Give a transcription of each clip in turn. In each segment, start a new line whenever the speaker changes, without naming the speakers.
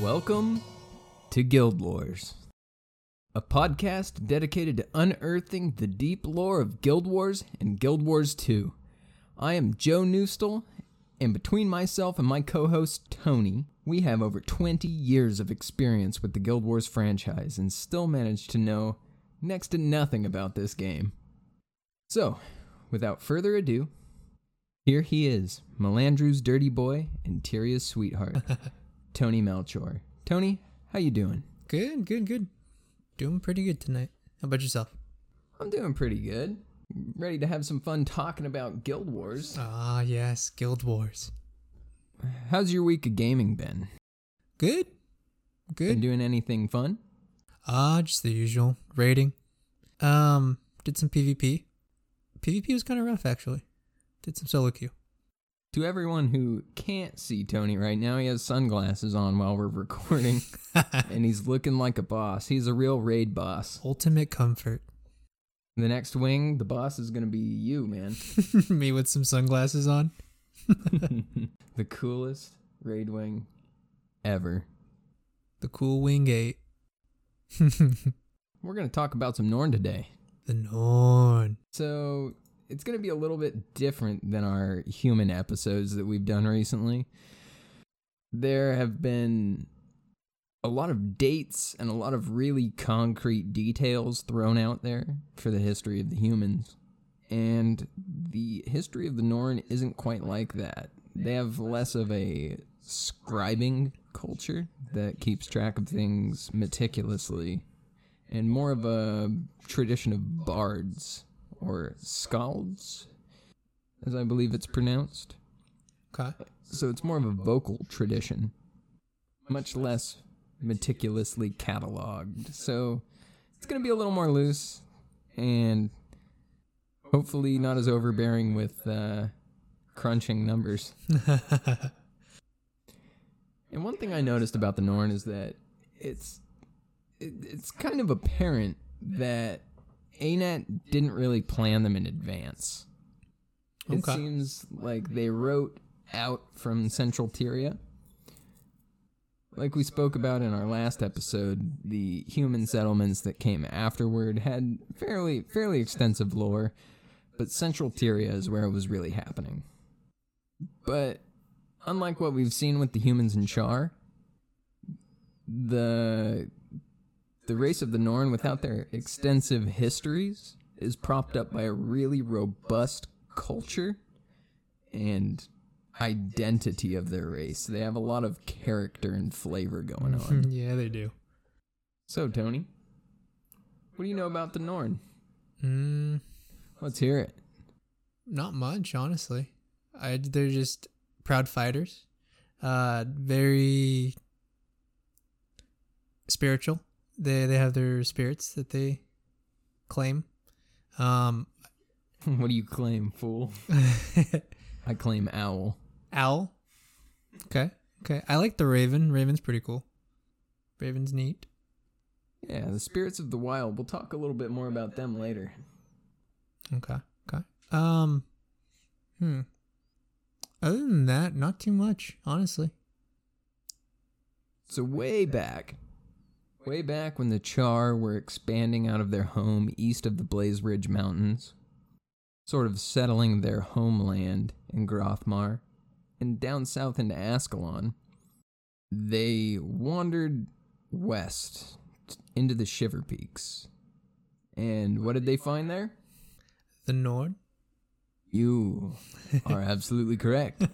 Welcome to Guild Wars, a podcast dedicated to unearthing the deep lore of Guild Wars and Guild Wars 2. I am Joe Newstall, and between myself and my co host Tony, we have over 20 years of experience with the Guild Wars franchise and still manage to know next to nothing about this game. So, without further ado, here he is, Melandrew's dirty boy and Tyria's sweetheart. Tony Melchor. Tony, how you doing?
Good, good, good. Doing pretty good tonight. How about yourself?
I'm doing pretty good. Ready to have some fun talking about Guild Wars.
Ah, yes, Guild Wars.
How's your week of gaming been?
Good,
Been
good.
doing anything fun?
Ah, just the usual raiding. Um, did some PvP. PvP was kind of rough actually. Did some solo queue.
To everyone who can't see Tony right now, he has sunglasses on while we're recording and he's looking like a boss. He's a real raid boss.
Ultimate comfort.
The next wing, the boss is going to be you, man.
Me with some sunglasses on.
the coolest raid wing ever.
The cool wing eight. the
We're going to talk about some Norn today.
Norn.
So it's going to be a little bit different than our human episodes that we've done recently. There have been a lot of dates and a lot of really concrete details thrown out there for the history of the humans. And the history of the Norn isn't quite like that. They have less of a scribing culture that keeps track of things meticulously and more of a tradition of bards or scalds, as I believe it's pronounced.
Okay.
So it's more of a vocal tradition, much less meticulously cataloged. So it's going to be a little more loose and hopefully not as overbearing with uh, crunching numbers. And one thing I noticed about the Norn is that it's it, it's kind of apparent that Anat didn't really plan them in advance. It
Okay.
seems like they wrote out from Central Tyria. Like we spoke about in our last episode, the human settlements that came afterward had fairly fairly extensive lore, but Central Tyria is where it was really happening. But unlike what we've seen with the humans in Char, the the race of the Norn, without their extensive histories, is propped up by a really robust culture and identity of their race. They have a lot of character and flavor going on.
yeah, they do.
so, Tony, what do you know about the Norn?
Mm,
Let's hear it.
Not much, honestly. I they're just proud fighters. Uh very spiritual. They they have their spirits that they claim. Um
what do you claim, fool? I claim owl.
owl. Okay. Okay. I like the raven. Raven's pretty cool. Raven's neat.
Yeah, the spirits of the wild. We'll talk a little bit more about them later.
Okay. Okay. Um hmm. Other than that, not too much, honestly.
So way back, way back when the Char were expanding out of their home east of the Blaze Ridge Mountains, sort of settling their homeland in Grothmar and down south into Ascalon, they wandered west t- into the Shiver Peaks. And what did they find there?
The Nord.
You are absolutely correct.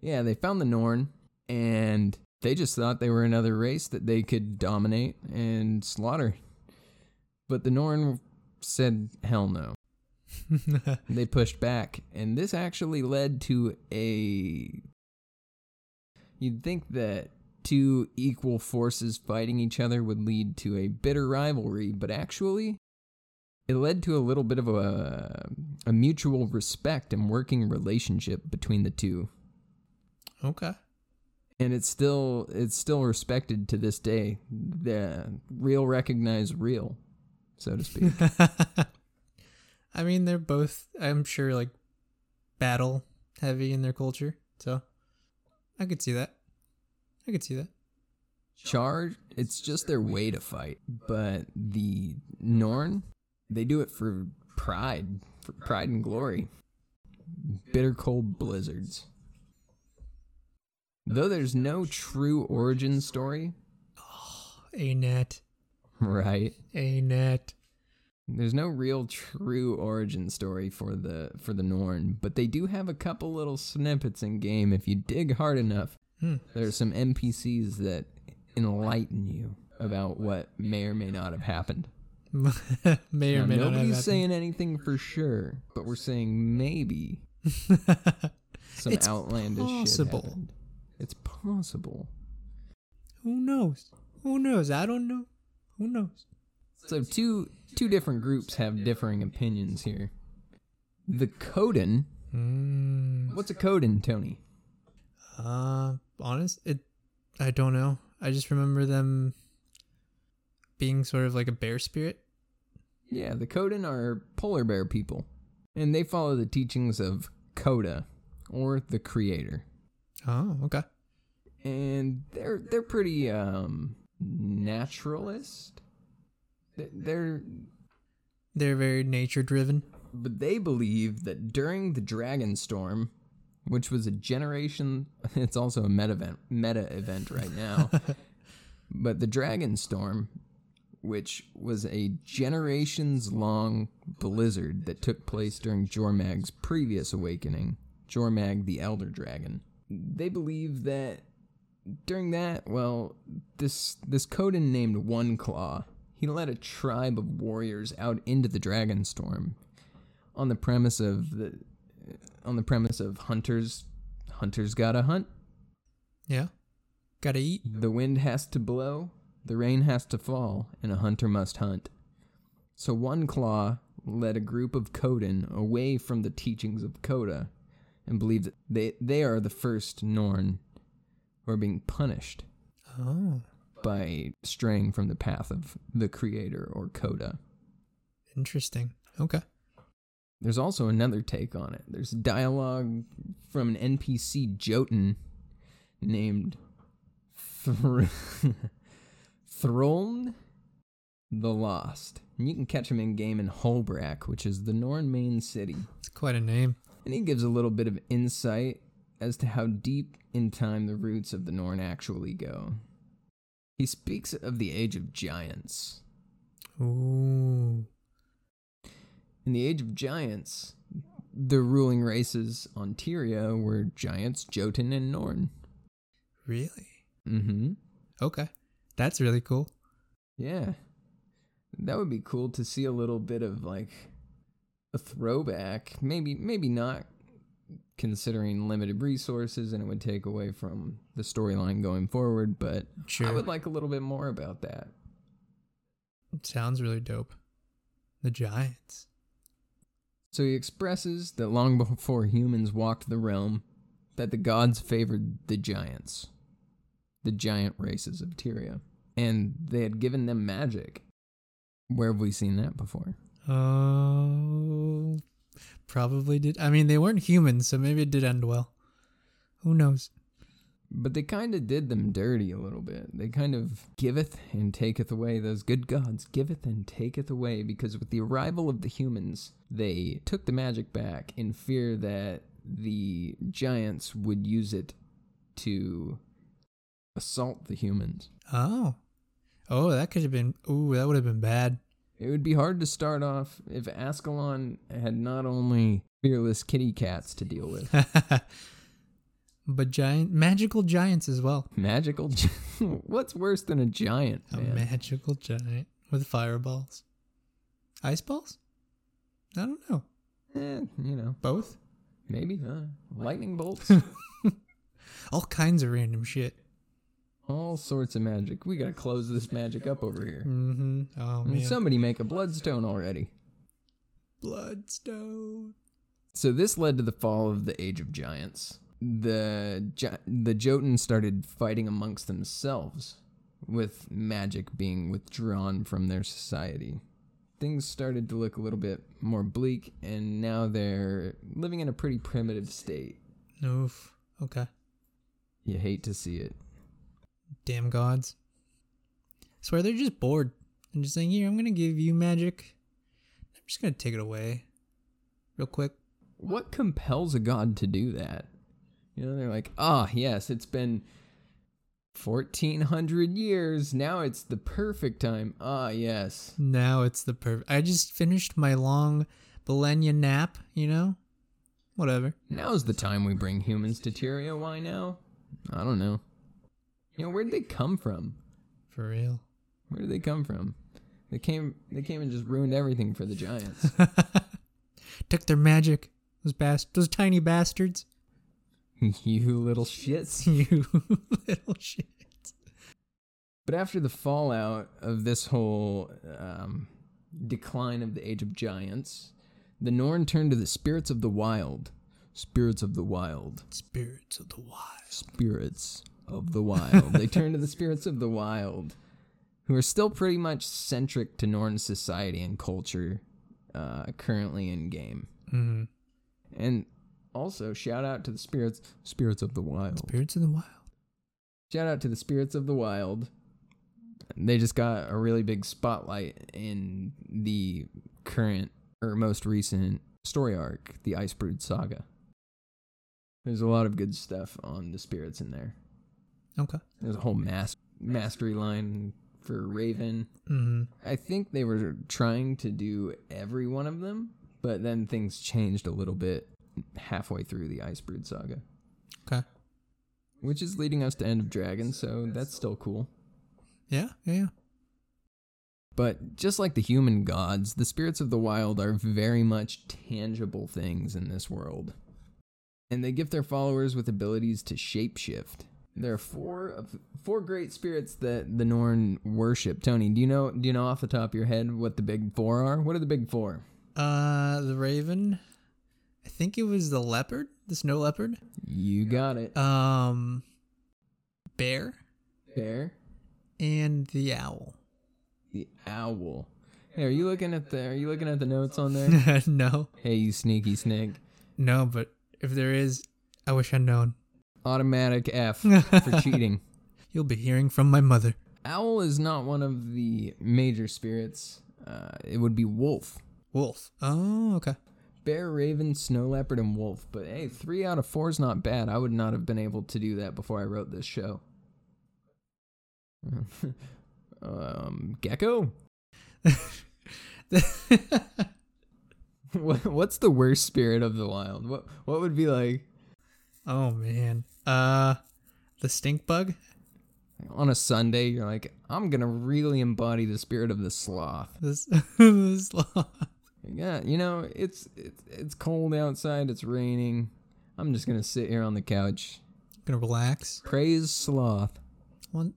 Yeah, they found the Norn and they just thought they were another race that they could dominate and slaughter. But the Norn said, hell no. They pushed back, and this actually led to a. You'd think that two equal forces fighting each other would lead to a bitter rivalry, but actually, it led to a little bit of a, a mutual respect and working relationship between the two
okay.
and it's still it's still respected to this day. The real recognize real, so to speak.
I mean, they're both, I'm sure, like battle heavy in their culture. So I could see that. I could see that.
charge. It's just their way to fight. But the Norn, they do it for pride, for pride and glory. Bitter cold blizzards. Though there's no true origin story,
Anet.
right?
Anet.
There's no real true origin story for the for the Norn, but they do have a couple little snippets in game if you dig hard enough.
Hmm.
There are some NPCs that enlighten you about what may or may not have happened.
may or
Now,
may not have
nobody's
happened.
saying anything for sure, but we're saying maybe some
It's
outlandish
possible.
shit happened. It's possible.
Who knows? Who knows? I don't know. Who knows?
So two two different groups have differing opinions here. The Coden,
Mm,
what's a Coden, Tony?
uh, honest, it. I don't know. I just remember them being sort of like a bear spirit.
Yeah, the Coden are polar bear people, and they follow the teachings of Coda, or the Creator,
Oh, okay.
and they're they're pretty um, naturalist. They- They're
They're very nature driven.
but they believe that during the Dragon Storm, which was a generation, it's also a meta event, meta event right now, but the Dragon Storm, which was a generations long blizzard that took place during Jormag's previous awakening, Jormag the Elder Dragon, they believe that during that, well, this this Coden named One Claw, he led a tribe of warriors out into the Dragon Storm on the premise of the on the premise of hunters hunters gotta hunt
Yeah. Gotta eat.
the wind has to blow the rain has to fall and a hunter must hunt so one claw led a group of Coden away from the teachings of Coda and believed that they, they are the first Norn who are being punished
Oh,
by straying from the path of the creator or Coda.
interesting. Okay.
There's also another take on it. There's dialogue from an NPC Jotun named Thr- Throln the Lost. And you can catch him in game in Holbrack, which is the Norn main city.
It's quite a name.
And he gives a little bit of insight as to how deep in time the roots of the Norn actually go. He speaks of the Age of Giants,
Ooh.
in the Age of Giants, the ruling races on Tyria were giants Jotun and Norn.
Really?
Mm-hmm.
Okay. That's really cool.
Yeah, that would be cool to see a little bit of like a throwback. Maybe, maybe not, considering limited resources, and it would take away from the storyline going forward. But I
Sure.
would like a little bit more about that.
Sounds really dope. The Giants.
So he expresses that long before humans walked the realm, that the gods favored the giants, the giant races of Tyria, and they had given them magic. Where have we seen that before?
Oh, probably did. I mean, they weren't humans, so maybe it did end well. Who knows?
But they kind of did them dirty a little bit. They kind of giveth and taketh away those good gods, giveth and taketh away, because with the arrival of the humans, they took the magic back in fear that the giants would use it to assault the humans.
Oh, oh, that could have been. Ooh, that would have been bad.
It would be hard to start off if Ascalon had not only fearless kitty cats to deal with,
but giant, magical giants as well.
magical. Gi- What's worse than a giant?
A
man?
magical giant with fireballs, ice balls. I don't know.
Eh, you know,
Both.
maybe huh? lightning bolts.
All kinds of random shit.
All sorts of magic. We gotta close this magic up over here.
Mm-hmm. Oh
I mean,
man.
somebody make a bloodstone already.
Bloodstone.
So this led to the fall of the Age of Giants. The Gi- the Jotun started fighting amongst themselves, with magic being withdrawn from their society. Things started to look a little bit more bleak, and now they're living in a pretty primitive state.
Oof. Okay.
You hate to see it.
Damn gods. swear they're just bored and just saying, "Here, I'm gonna give you magic. I'm just gonna take it away, real quick."
What compels a god to do that? You know, they're like, ah, yes, it's been 1400 years. Now it's the perfect time. Ah, yes.
Now it's the perfect. I just finished my long millennia nap. You know, whatever.
Now's the time we bring humans to Tyria. Why now? I don't know. You know, where'd they come from?
For real.
Where did they come from? They came they came and just ruined everything for the giants.
Took their magic. Those bas- those tiny bastards.
you little shits.
you little shit.
But after the fallout of this whole um, decline of the Age of Giants, the Norn turned to the spirits of the wild. Spirits of the wild.
Spirits of the wise.
Spirits of the wild. they turned to the spirits of the wild, who are still pretty much centric to Norn society and culture uh, currently in game.
Mm-hmm.
And also, shout out to the spirits, spirits of the wild.
Spirits of the wild.
shout out to the spirits of the wild they just got a really big spotlight in the current or most recent story arc the ice brood saga there's a lot of good stuff on the spirits in there
Okay.
there's a whole mas- mastery line for raven
Mm-hmm.
i think they were trying to do every one of them but then things changed a little bit halfway through the ice brood saga
Okay.
which is leading us to end of dragon so that's still cool
Yeah. Yeah. Yeah.
But just like the human gods, the spirits of the wild are very much tangible things in this world. And they gift their followers with abilities to shapeshift. There are four of four great spirits that the Norn worship. Tony, do you know do you know off the top of your head what the big four are? What are the big four?
Uh, the raven. I think it was the leopard, the snow leopard.
You got it.
Um, bear
Bear,
and the owl.
the owl. Hey, are you looking at the are you looking at the notes on there?
no,
hey, you sneaky snake.
no, but if there is, I wish I'd known.
Automatic F for cheating.
You'll be hearing from my mother.
Owl is not one of the major spirits. Uh, it would be wolf.
Wolf. Oh, okay.
Bear, raven, snow leopard, and wolf. But hey, three out of four is not bad. I would not have been able to do that before I wrote this show. um, gecko? What- What's the worst spirit of the wild? What what would be like
oh man. Uh, the stink bug.
on a Sunday? You're like, I'm gonna really embody the spirit of the sloth.
This, this law.
Yeah, you know, it's it's, it's cold outside. It's raining. I'm just gonna sit here on the couch.
Gonna relax.
Praise sloth.
One,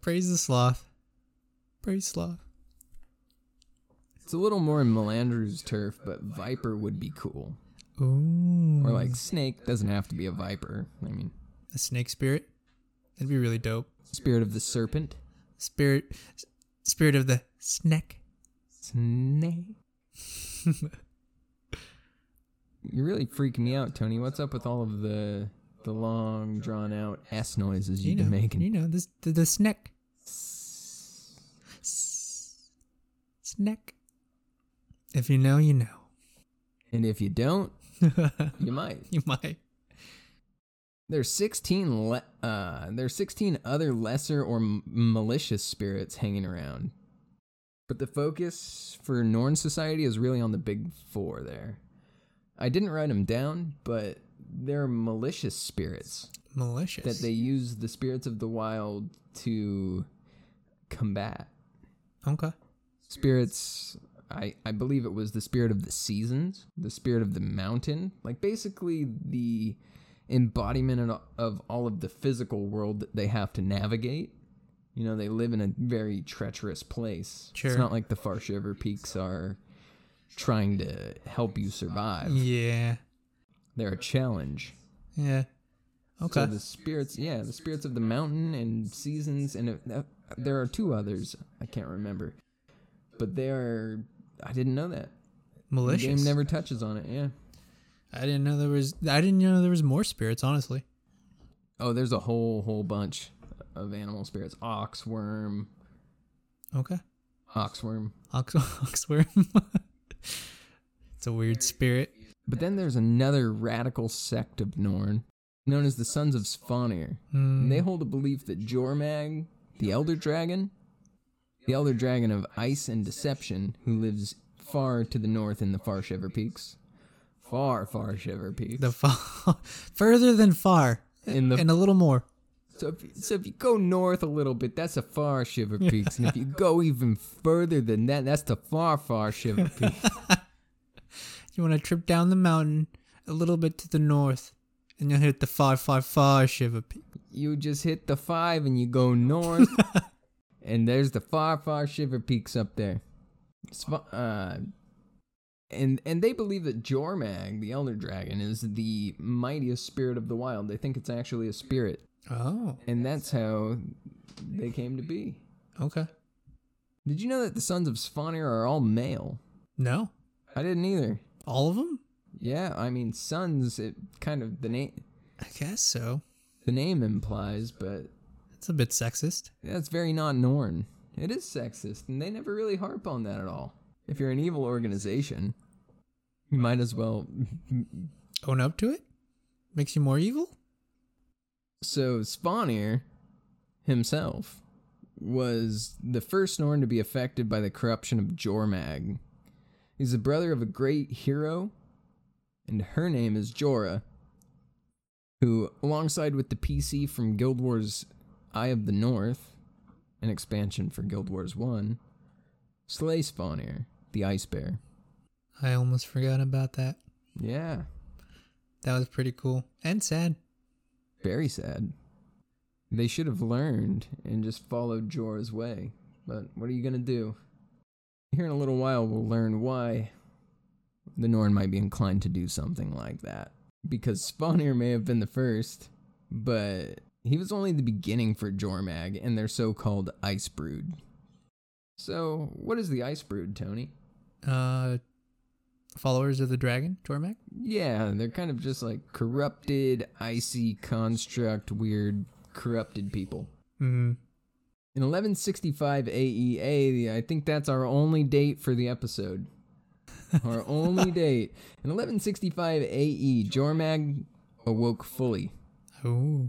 praise the sloth. Praise sloth.
It's a little more in Melander's turf, but viper would be cool.
Ooh.
Or like snake doesn't have to be a viper. I mean,
a snake spirit. That'd be really dope.
spirit of the serpent,
Spirit, s- spirit of the snack.
snake. You're really freaking me out, Tony. What's up with all of the the long drawn out s noises
You
you've
know,
been making?
you know this the, the snack. S- Snack. If you know, you
And if you don't,
know.
you might.
you might.
There's 16 le- uh there's 16 other lesser or m- malicious spirits hanging around. But the focus for Norn society is really on the big 4 there. I didn't write them down, but they're malicious spirits
Malicious.
that they use the spirits of the wild to combat.
okay.
Spirits I, I believe it was the spirit of the seasons, the spirit of the mountain, like basically the embodiment and- of all of the physical world that they have to navigate. You know, they live in a very treacherous place.
Sure.
It's not like the Far Shiver Peaks are trying to help you survive.
Yeah.
They're a challenge.
Yeah. Okay.
So the spirits, yeah, the spirits of the mountain and seasons, and uh, there are two others I can't remember, but they are. I didn't know that. The
Malicious.
game never touches on it. Yeah.
I didn't know there was. I didn't know there was more spirits. Honestly.
Oh, there's a whole whole bunch of animal spirits: ox, worm,
Okay.
Oxworm.
Ox- Oxworm. it's a weird spirit.
But then there's another radical sect of Norn known as the Sons of Svanir.
Hmm.
And they hold a belief that Jormag, the Elder Dragon, the Elder Dragon of Ice and Deception, who lives far to the north in the Far Shiver Peaks, far, far Shiver Peaks.
The far, further than far,
in the
and a little more.
so if, you- so if you go north a little bit, that's the Far Shiver Peaks, and if you go even further than that, that's the Far Far Shiver Peaks.
You want to trip down the mountain a little bit to the north, and you'll hit the far, far, far Shiver Peak.
you just hit the five and you go north, and there's the far, far Shiver Peaks up there. It's fu- Uh, and and they believe that Jormag, the Elder Dragon, is the mightiest spirit of the wild. They think it's actually a spirit,
Oh,
and that's how they came to be.
okay.
Did you know that the sons of Svanir are all male?
No,
I didn't either.
all of them?
Yeah, I mean sons. It kind of the name
I guess so.
the name implies, but
It's a bit sexist.
That's very non Norn. It is sexist, and they never really harp on that at all. If you're an evil organization, you might as well.
Own up to it. Makes you more evil.
So, Spawnir himself was the first Norn to be affected by the corruption of Jormag. He's the brother of a great hero, and her name is Jorah, who, alongside with the PC from Guild Wars Eye of the North, an expansion for Guild Wars 1, slay Spawnir, the Ice Bear.
I almost forgot about that.
Yeah,
That was pretty cool and sad.
very sad. They should have learned and just followed Jorah's way. But what are you going to do? Here in a little while, we'll learn why the Norn might be inclined to do something like that. Because Spawnir may have been the first, but he was only the beginning for Jormag and their so called Ice Brood. So, what is the Ice Brood, Tony?
Uh, followers of the dragon, Tormac.
Yeah, they're kind of just like corrupted, icy construct, weird, corrupted people.
Hmm.
Mm-hmm. In 1165 AEA, E I think that's our only date for the episode. Our only date. In 1165 AE, E, Jormag awoke fully
Oh.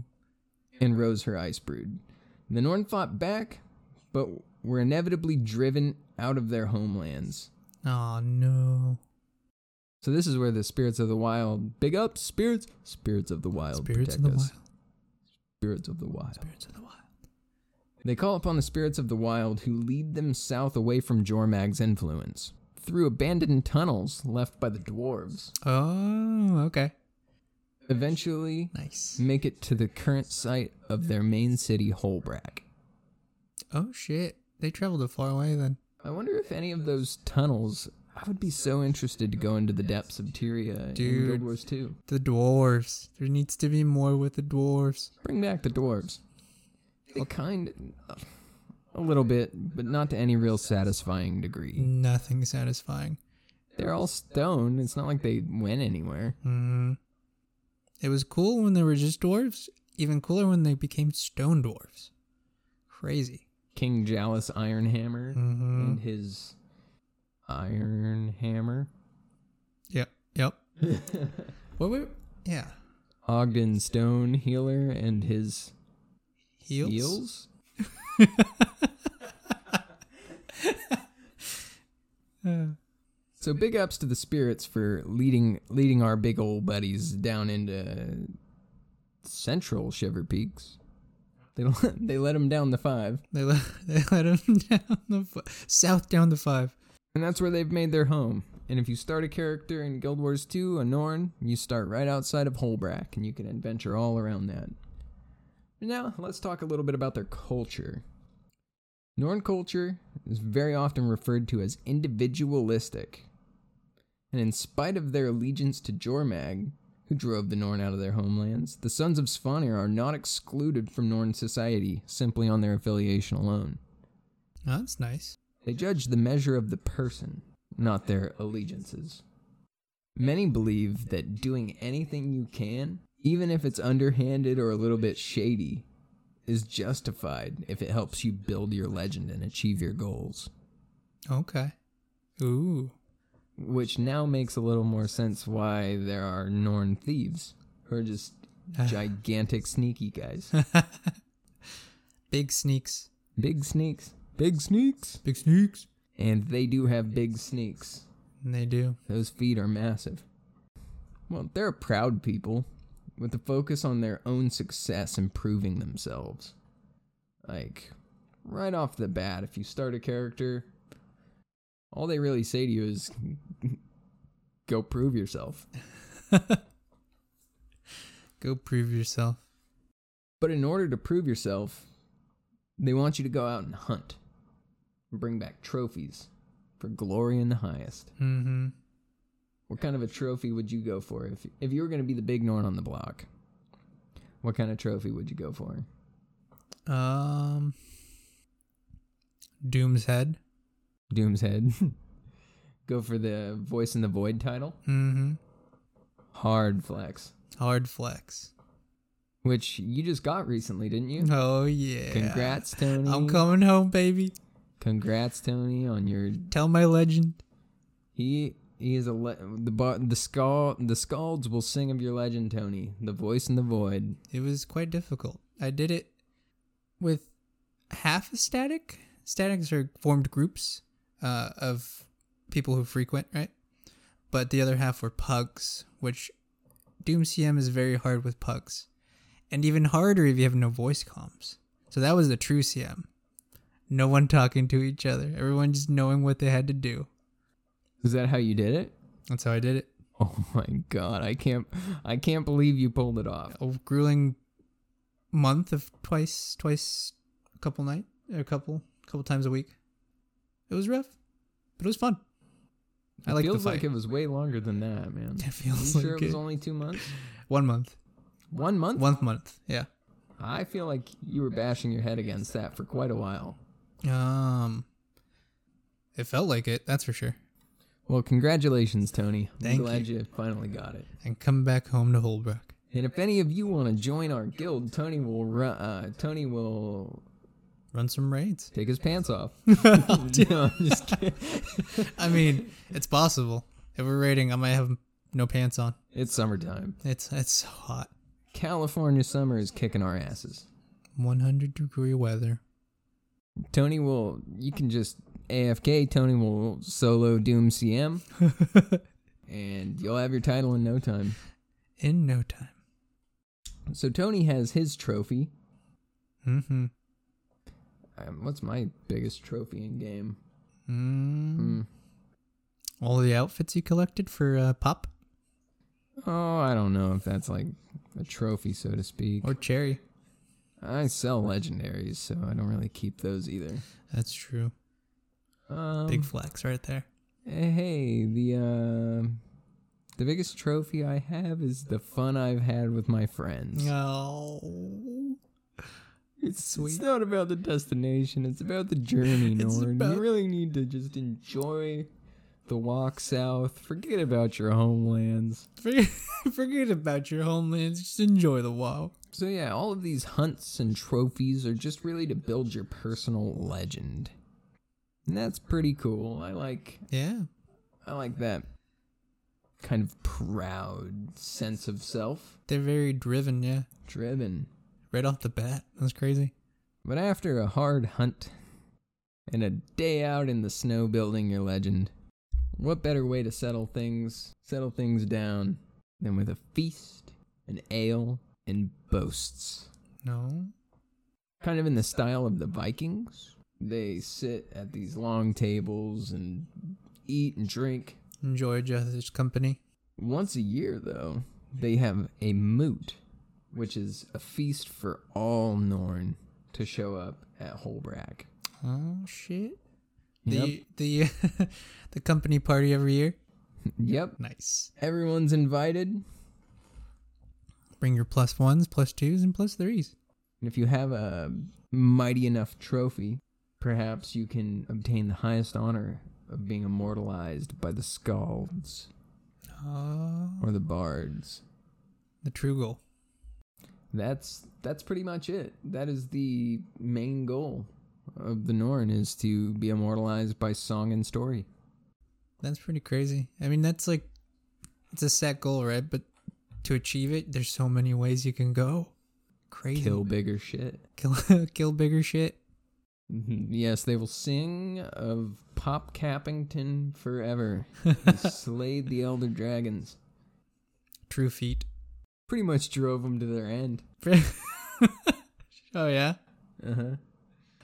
and rose her ice brood. The Norn fought back, but were inevitably driven out of their homelands.
Oh no.
So this is where the spirits of the wild, big up spirits, spirits of the wild,
Spirits
protect
of the
us.
wild.
Spirits of the wild.
Spirits of the wild.
They call upon the spirits of the wild who lead them south away from Jormag's influence through abandoned tunnels left by the dwarves.
Oh, okay.
Eventually,
Nice.
make it to the current site of their main city, Holbrack.
Oh shit. They traveled a far way then.
I wonder if any of those tunnels. I would be so interested to go into the depths of Tyria in Guild
Dude.
Wars 2.
The dwarves. There needs to be more with the dwarves.
Bring back the dwarves. They kind a little bit, but not to any real satisfying degree.
Nothing satisfying.
They're all stone. It's not like they went anywhere.
Hmm. It was cool when they were just dwarves. Even cooler when they became stone dwarves. Crazy.
King Jalous Ironhammer
Mm-hmm.
and his iron hammer.
Yep. Yep. what were? Yeah.
Ogden Stone Healer and his
Heels.
heels.
Uh,
So big ups to the spirits for leading leading our big old buddies down into central Shiver Peaks. They let, they let them down the five,
they let they let him down the f- south down the five.
and that's where they've made their home. And if you start a character in Guild Wars 2, a Norn, you start right outside of Holbrack, and you can adventure all around that. Now, let's talk a little bit about their culture. Norn culture is very often referred to as individualistic. And in spite of their allegiance to Jormag, who drove the Norn out of their homelands, the Sons of Svanir are not excluded from Norn society simply on their affiliation alone.
Oh, that's nice.
They judge the measure of the person, not their allegiances. Many believe that doing anything you can, even if it's underhanded or a little bit shady, is justified if it helps you build your legend and achieve your goals.
Okay. Ooh.
Which now makes a little more sense why there are Norn thieves who are just gigantic sneaky guys.
Big sneaks.
Big sneaks. Big sneaks.
Big sneaks.
And they do have big sneaks.
And they do.
Those feet are massive. Well, they're proud people with a focus on their own success improving themselves. Like, right off the bat, if you start a character, all they really say to you is go prove yourself.
Go prove yourself.
But in order to prove yourself, they want you to go out and hunt and bring back trophies for glory in the highest.
Mm-hmm.
What kind of a trophy would you go for if if you were going to be the big Norn on the block? What kind of trophy would you go for?
Um. Doom's head.
Doom's head. go for the Voice in the Void title.
Mm-hmm.
Hard flex,
Hard flex.
which you just got recently, didn't you?
Oh yeah.
Congrats, Tony.
I'm coming home, baby.
Congrats, Tony, on your
Tell my legend.
He he is a le- the bo- the skull the scalds will sing of your legend, Tony. The voice in the void.
It was quite difficult. I did it with half a static. Statics are formed groups uh, of people who frequent, right? But the other half were pugs, which Doom CM is very hard with pugs. And even harder if you have no voice comms. So that was the true CM. No one talking to each other. Everyone just knowing what they had to do.
Is that how you did it?
That's how I did it.
Oh my god, I can't I can't believe you pulled it off.
a grueling month of twice twice a couple night a couple couple times a week it was rough but it was fun i like the
feels
fight
like it was way longer than that, man.
It
You
feels
sure
like
it was
it.
only two months?
one month
One month?
one month yeah
I feel like you were bashing your head against that for quite a while.
um it felt like it that's for sure
Well, congratulations, Tony. I'm
Thank
glad you. finally got it.
and come back home to holbrook
And if any of you want to join our guild, Tony will ru- uh, Tony will
run some raids
take his pants off. no, I'm just kidding.
i mean it's possible if we're raiding i might have no pants on
It's summertime.
it's it's so hot
California summer is kicking our asses.
100 degree weather
Tony will, you can just AFK. Tony will solo Doom CM, and you'll have your title in no time.
in no time
So Tony has his trophy.
mm-hmm
Um, what's my biggest trophy in game?
Mm.
Hmm.
All the outfits you collected for uh, Pop
Oh, I don't know if that's like a trophy, so to speak.
or Cherry.
I sell legendaries, so I don't really keep those either.
That's true.
Um,
Big flex right there.
Eh, Hey, the uh, the biggest trophy I have is the fun I've had with my friends.
Oh.
it's
sweet.
It's not about the destination; it's about the journey,
It's
Norn.
about-
You really need to just enjoy the walk south. Forget about your homelands.
Forget, forget about your homelands. Just enjoy the wow.
So yeah, all of these hunts and trophies are just really to build your personal legend, and that's pretty cool. I like
Yeah.
I like that kind of proud sense of self,
They're very driven, yeah.
driven.
Right off the bat. That's crazy.
But after a hard hunt and a day out in the snow building your legend, what better way to settle things, settle things down than with a feast, an ale, and boasts?
No.
Kind of in the style of the Vikings. They sit at these long tables and eat and drink.
Enjoy Justice Company.
Once a year, though, they have a moot, which is a feast for all Norn to show up at Holbrack.
Oh, shit.
Yep.
The the the company party every year.
Yep.
Nice.
Everyone's invited. And
Bring your plus ones, plus twos, and plus threes.
if you have a mighty enough trophy, perhaps you can obtain the highest honor of being immortalized by the Scalds
Oh,
or the Bards.
the true goal.
that's that's pretty much it. That is the main goal of the Norn is to be immortalized by song and story.
That's pretty crazy. I mean, that's like it's a set goal, right? But to achieve it, there's so many ways you can go. Crazy.
Kill bigger shit.
kill, kill bigger shit.
Mhm. Yes, they will sing of Pop Cappington forever. He slayed the elder dragons.
True feat.
Pretty much drove them to their end.
oh yeah.
Uh huh.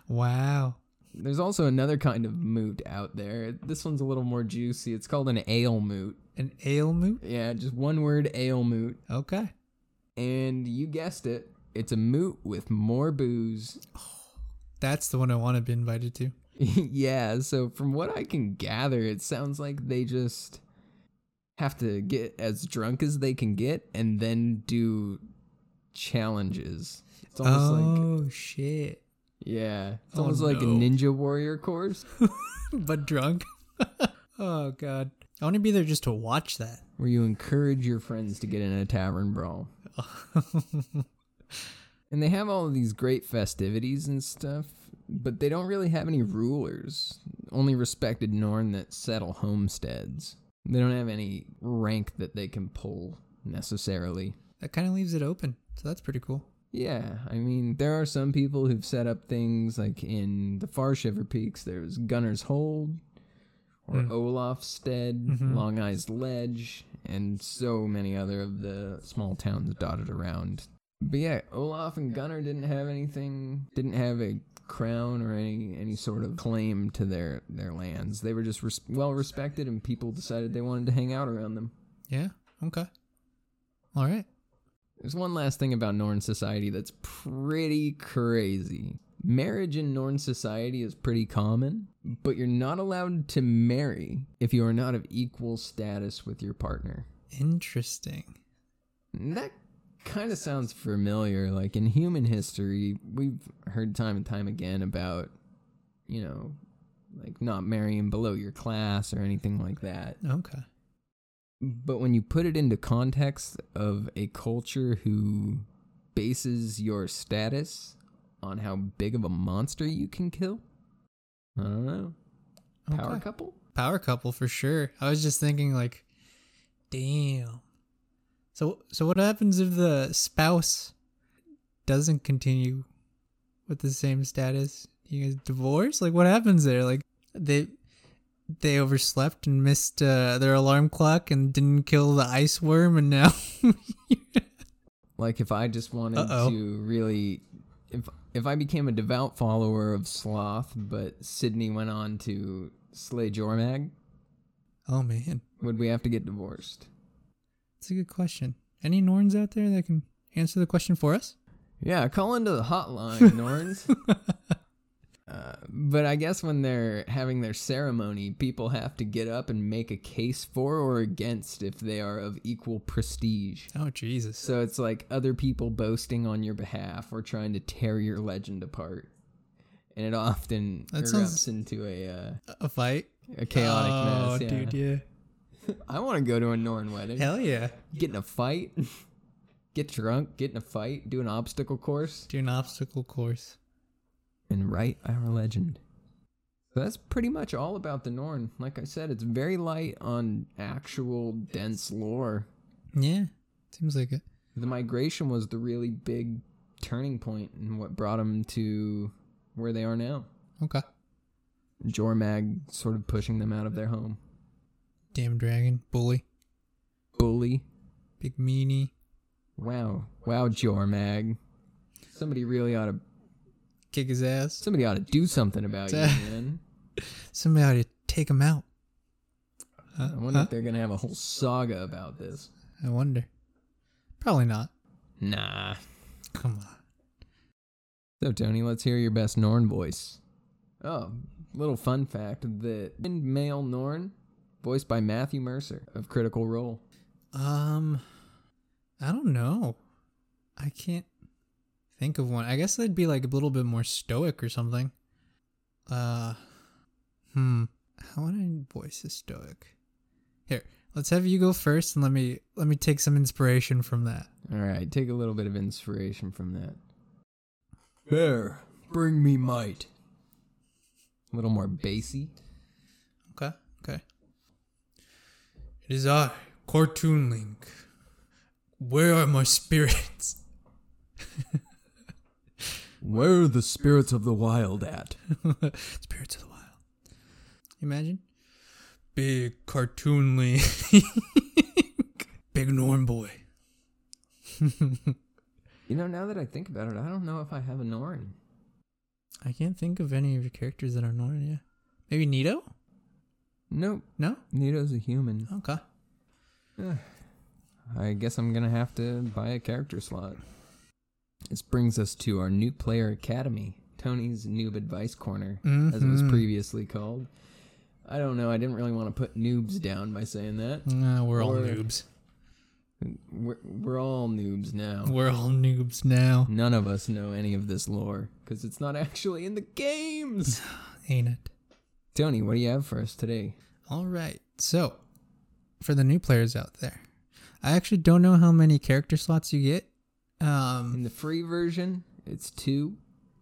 Wow.
There's also another kind of moot out there. This one's a little more juicy. It's called an ale moot.
An ale moot.
Yeah, just one word ale moot.
Okay.
And you guessed it. It's a moot with more booze.
That's the one I want to be invited to.
yeah, so from what I can gather, it sounds like they just have to get as drunk as they can get and then do challenges. It's almost like
Oh shit.
yeah, it's
Oh,
almost like a
no.
ninja warrior course
But drunk. oh god. I want to be there just to watch that.
where you encourage your friends to get in a tavern brawl. and they have all of these great festivities and stuff, but they don't really have any rulers. Only respected Norn that settle homesteads. They don't have any rank that they can pull necessarily.
that kind of leaves it open. So that's pretty cool.
Yeah, I mean, there are some people who've set up things like in the Farshiver Peaks, there's Gunner's Hold or Olaf's Stead, Long Eyes Ledge, and so many other of the small towns dotted around. But yeah, Olaf and Gunnar didn't have anything, didn't have a crown or any any sort of claim to their their lands. They were just res- well respected and people decided they wanted to hang out around them.
Yeah. Okay. All right.
There's one last thing about Norn society that's pretty crazy. Marriage in Norn society is pretty common, but you're not allowed to marry if you are not of equal status with your partner.
Interesting.
And that kind of sounds familiar. Like in human history, we've heard time and time again about, you know, like not marrying below your class or anything like that.
Okay.
But when you put it into context of a culture who bases your status on how big of a monster you can kill, I don't know. Power
Okay.
couple?
Power couple for sure. I was just thinking like, damn. So so what happens if the spouse doesn't continue with the same status? You guys divorce? Like what happens there? Like they they overslept and missed uh, their alarm clock and didn't kill the ice worm and now
Like if I just wanted
Uh-oh.
to really if if I became a devout follower of Sloth, but Sydney went on to slay Jormag,
Oh man.
would we have to get divorced?
That's a good question. Any Norns out there that can answer the question for us?
Yeah, call into the hotline, Norns. Uh, but I guess when they're having their ceremony, people have to get up and make a case for or against if they are of equal prestige.
Oh Jesus.
So it's like other people boasting on your behalf or trying to tear your legend apart. And it often
That
erupts
sounds-
into a uh,
A fight?
a chaotic
oh,
mess. Yeah.
dude, yeah.
I want to go to a Norn wedding.
Hell yeah.
Get in a fight, get drunk, get in a fight, do an obstacle course.
Do an obstacle course.
and write our legend. So that's pretty much all about the Norn. Like I said, it's very light on actual dense lore.
Yeah. Seems like it.
The migration was the really big turning point and what brought them to where they are now.
Okay.
Jormag sort of pushing them out of their home.
Damn dragon. Bully.
Bully.
Big meanie.
Wow. Wow, Jormag. Somebody really ought to
Kick his ass.
somebody ought to do something about you, man.
Somebody ought to take him out. Huh?
I wonder
Huh?
if they're gonna have a whole saga about this.
I wonder. Probably not.
Nah.
Come on.
So, Tony, let's hear your best Norn voice. Oh, little fun fact that male Norn, voiced by Matthew Mercer of Critical Role.
Um, I don't know. I can't think of one. I guess they'd be like a little bit more stoic or something. Uh, hmm. How would I voice a stoic? Here, Let's have you go first, and let me let me take some inspiration from that.
All right, take a little bit of inspiration from that. There, bring me might. A little more bassy.
Okay. Okay. It is I, Cartoon Link. Where are my spirits?
Where are the spirits of the wild at?
Spirits of the Wild. Imagine. Big cartoonly. Big norm boy.
You know, now that I think about it, I don't know if I have a Norn.
I can't think of any of your characters that are norm, yeah. Maybe Nito?
Nope,
No?
Nito's a human.
Okay.
I guess I'm gonna have to buy a character slot. This brings us to our new player academy, Tony's noob advice corner, as it was
Mhm.
previously called. I don't know. I didn't really want to put noobs down by saying that.
Nah, we're all
Or-
noobs.
We're, we're all noobs now.
We're all noobs now.
None of us know any of this lore because it's not actually in the games.
Ain't it?
Tony, what do you have for us today?
All right. So, for the new players out there, I actually don't know how many character slots you get. Um,
In the free version, it's two.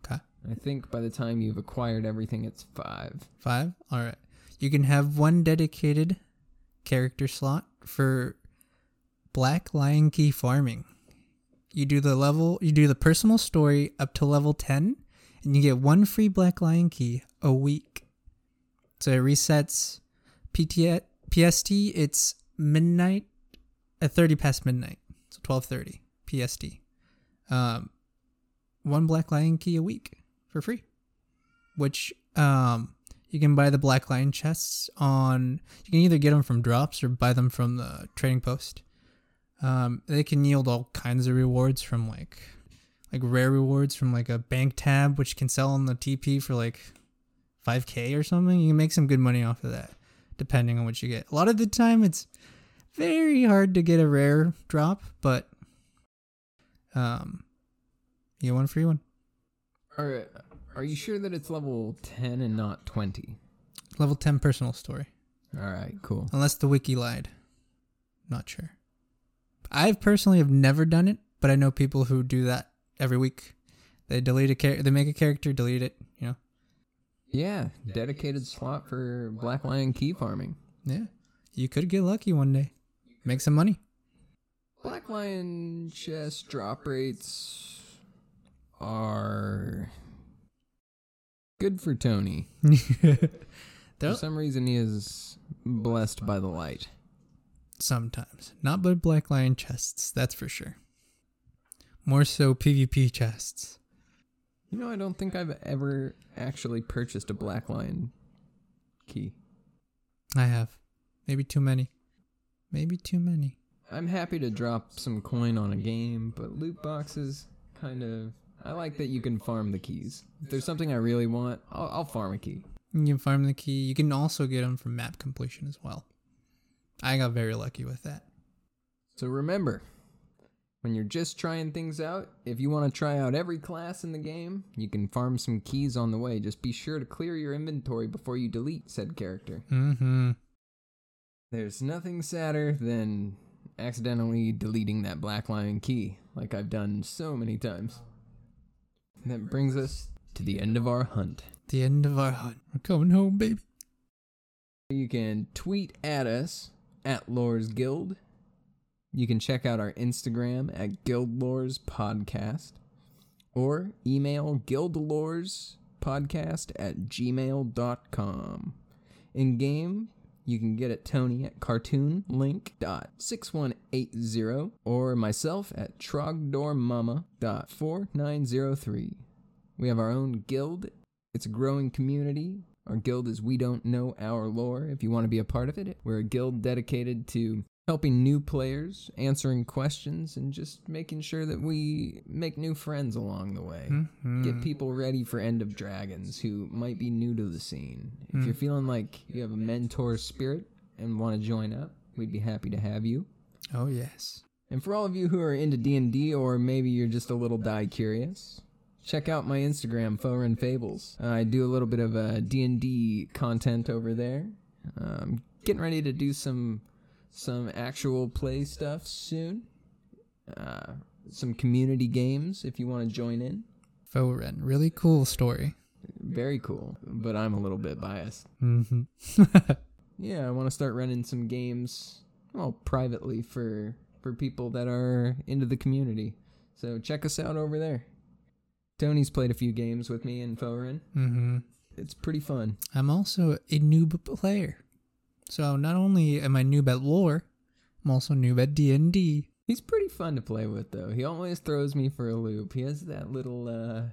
okay.
I think by the time you've acquired everything, it's five.
Five. All right. You can have one dedicated character slot for Black Lion Key farming. You do the level, you do the personal story up to level 10, and you get one free Black Lion Key a week. So it resets PT, PST, it's midnight, at 30 past midnight. So 12.30 PST. Um, one Black Lion Key a week for free which um you can buy the black lion chests on you can either get them from drops or buy them from the trading post um they can yield all kinds of rewards from like like rare rewards from like a bank tab which can sell on the tp for like 5k or something you can make some good money off of that depending on what you get a lot of the time it's very hard to get a rare drop but um you get one free one
Are Are you sure that it's level ten and not twenty?
level 10 personal story
All right, cool.
Unless the wiki lied. Not sure. I personally have never done it, but I know people who do that every week. They delete a char- they make a character, delete it, you know.
Yeah, dedicated slot for Black Lion Key farming.
Yeah. You could get lucky one day. Make some money.
Black Lion chest drop rates are good for Tony. For
They're-
some reason, he is blessed by the light.
sometimes. Not but black lion chests, that's for sure. More so PvP chests.
You know, I don't think I've ever actually purchased a Black Lion key.
I have. Maybe too many. Maybe too many.
I'm happy to drop some coin on a game, but loot boxes kind of. I like that you can farm the keys. If there's something I really want, I'll, I'll farm a key.
You can farm the key. You can also get them from map completion as well. I got very lucky with that.
So remember, when you're just trying things out, if you want to try out every class in the game, you can farm some keys on the way. Just be sure to clear your inventory before you delete said character.
Mm-hmm.
There's nothing sadder than accidentally deleting that Black Lion key, like I've done so many times. And that brings us to the end of our hunt.
The end of our hunt. We're coming home, baby.
You can tweet at us at Lores Guild. You can check out our Instagram at Guild Lores Podcast or email guildlorspodcast at gmail.com. In game, you can get at Tony at cartoonlink.6180 or myself at trogdormama.4903. We have our own guild it's a growing community. Our guild is We Don't Know Our Lore. If you want to be a part of it, we're a guild dedicated to helping new players, answering questions, and just making sure that we make new friends along the way. Get people ready for End of Dragons who might be new to the scene. If you're feeling like you have a mentor spirit and want to join up, we'd be happy to have you.
Oh yes.
And for all of you who are into D&D or maybe you're just a little die curious, check out my Instagram, Foren Fables. I do a little bit uh, of uh, D&D content over there. Um, getting ready to do some some actual play stuff soon. Uh, some community games if you want to join in.
Foren, really cool story.
Very cool, but I'm a little bit biased.
Mm-hmm.
Yeah, I want to start running some games, well, privately for for people that are into the community. So check us out over there. Tony's played a few games with me in Foren.
mm-hmm.
It's pretty fun.
I'm also a noob player, so not only am I noob at lore, I'm also noob at D and D.
He's pretty fun to play with though. He always throws me for a loop. He has that little uh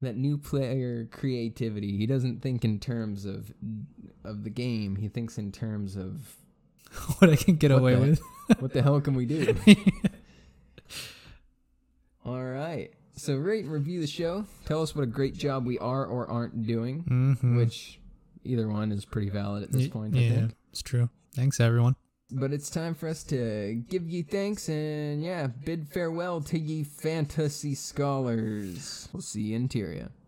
that new player creativity. He doesn't think in terms of of the game. He thinks in terms of
What I can get
What
away
the-
with.
what the hell can we do? All right. So rate and review the show. Tell us what a great job we are or aren't doing,
mm-hmm.
which either one is pretty valid at this point,
yeah,
I think.
it's true. Thanks everyone.
But it's time for us to give ye thanks and yeah, bid farewell to ye fantasy scholars. We'll see ye in Tyria.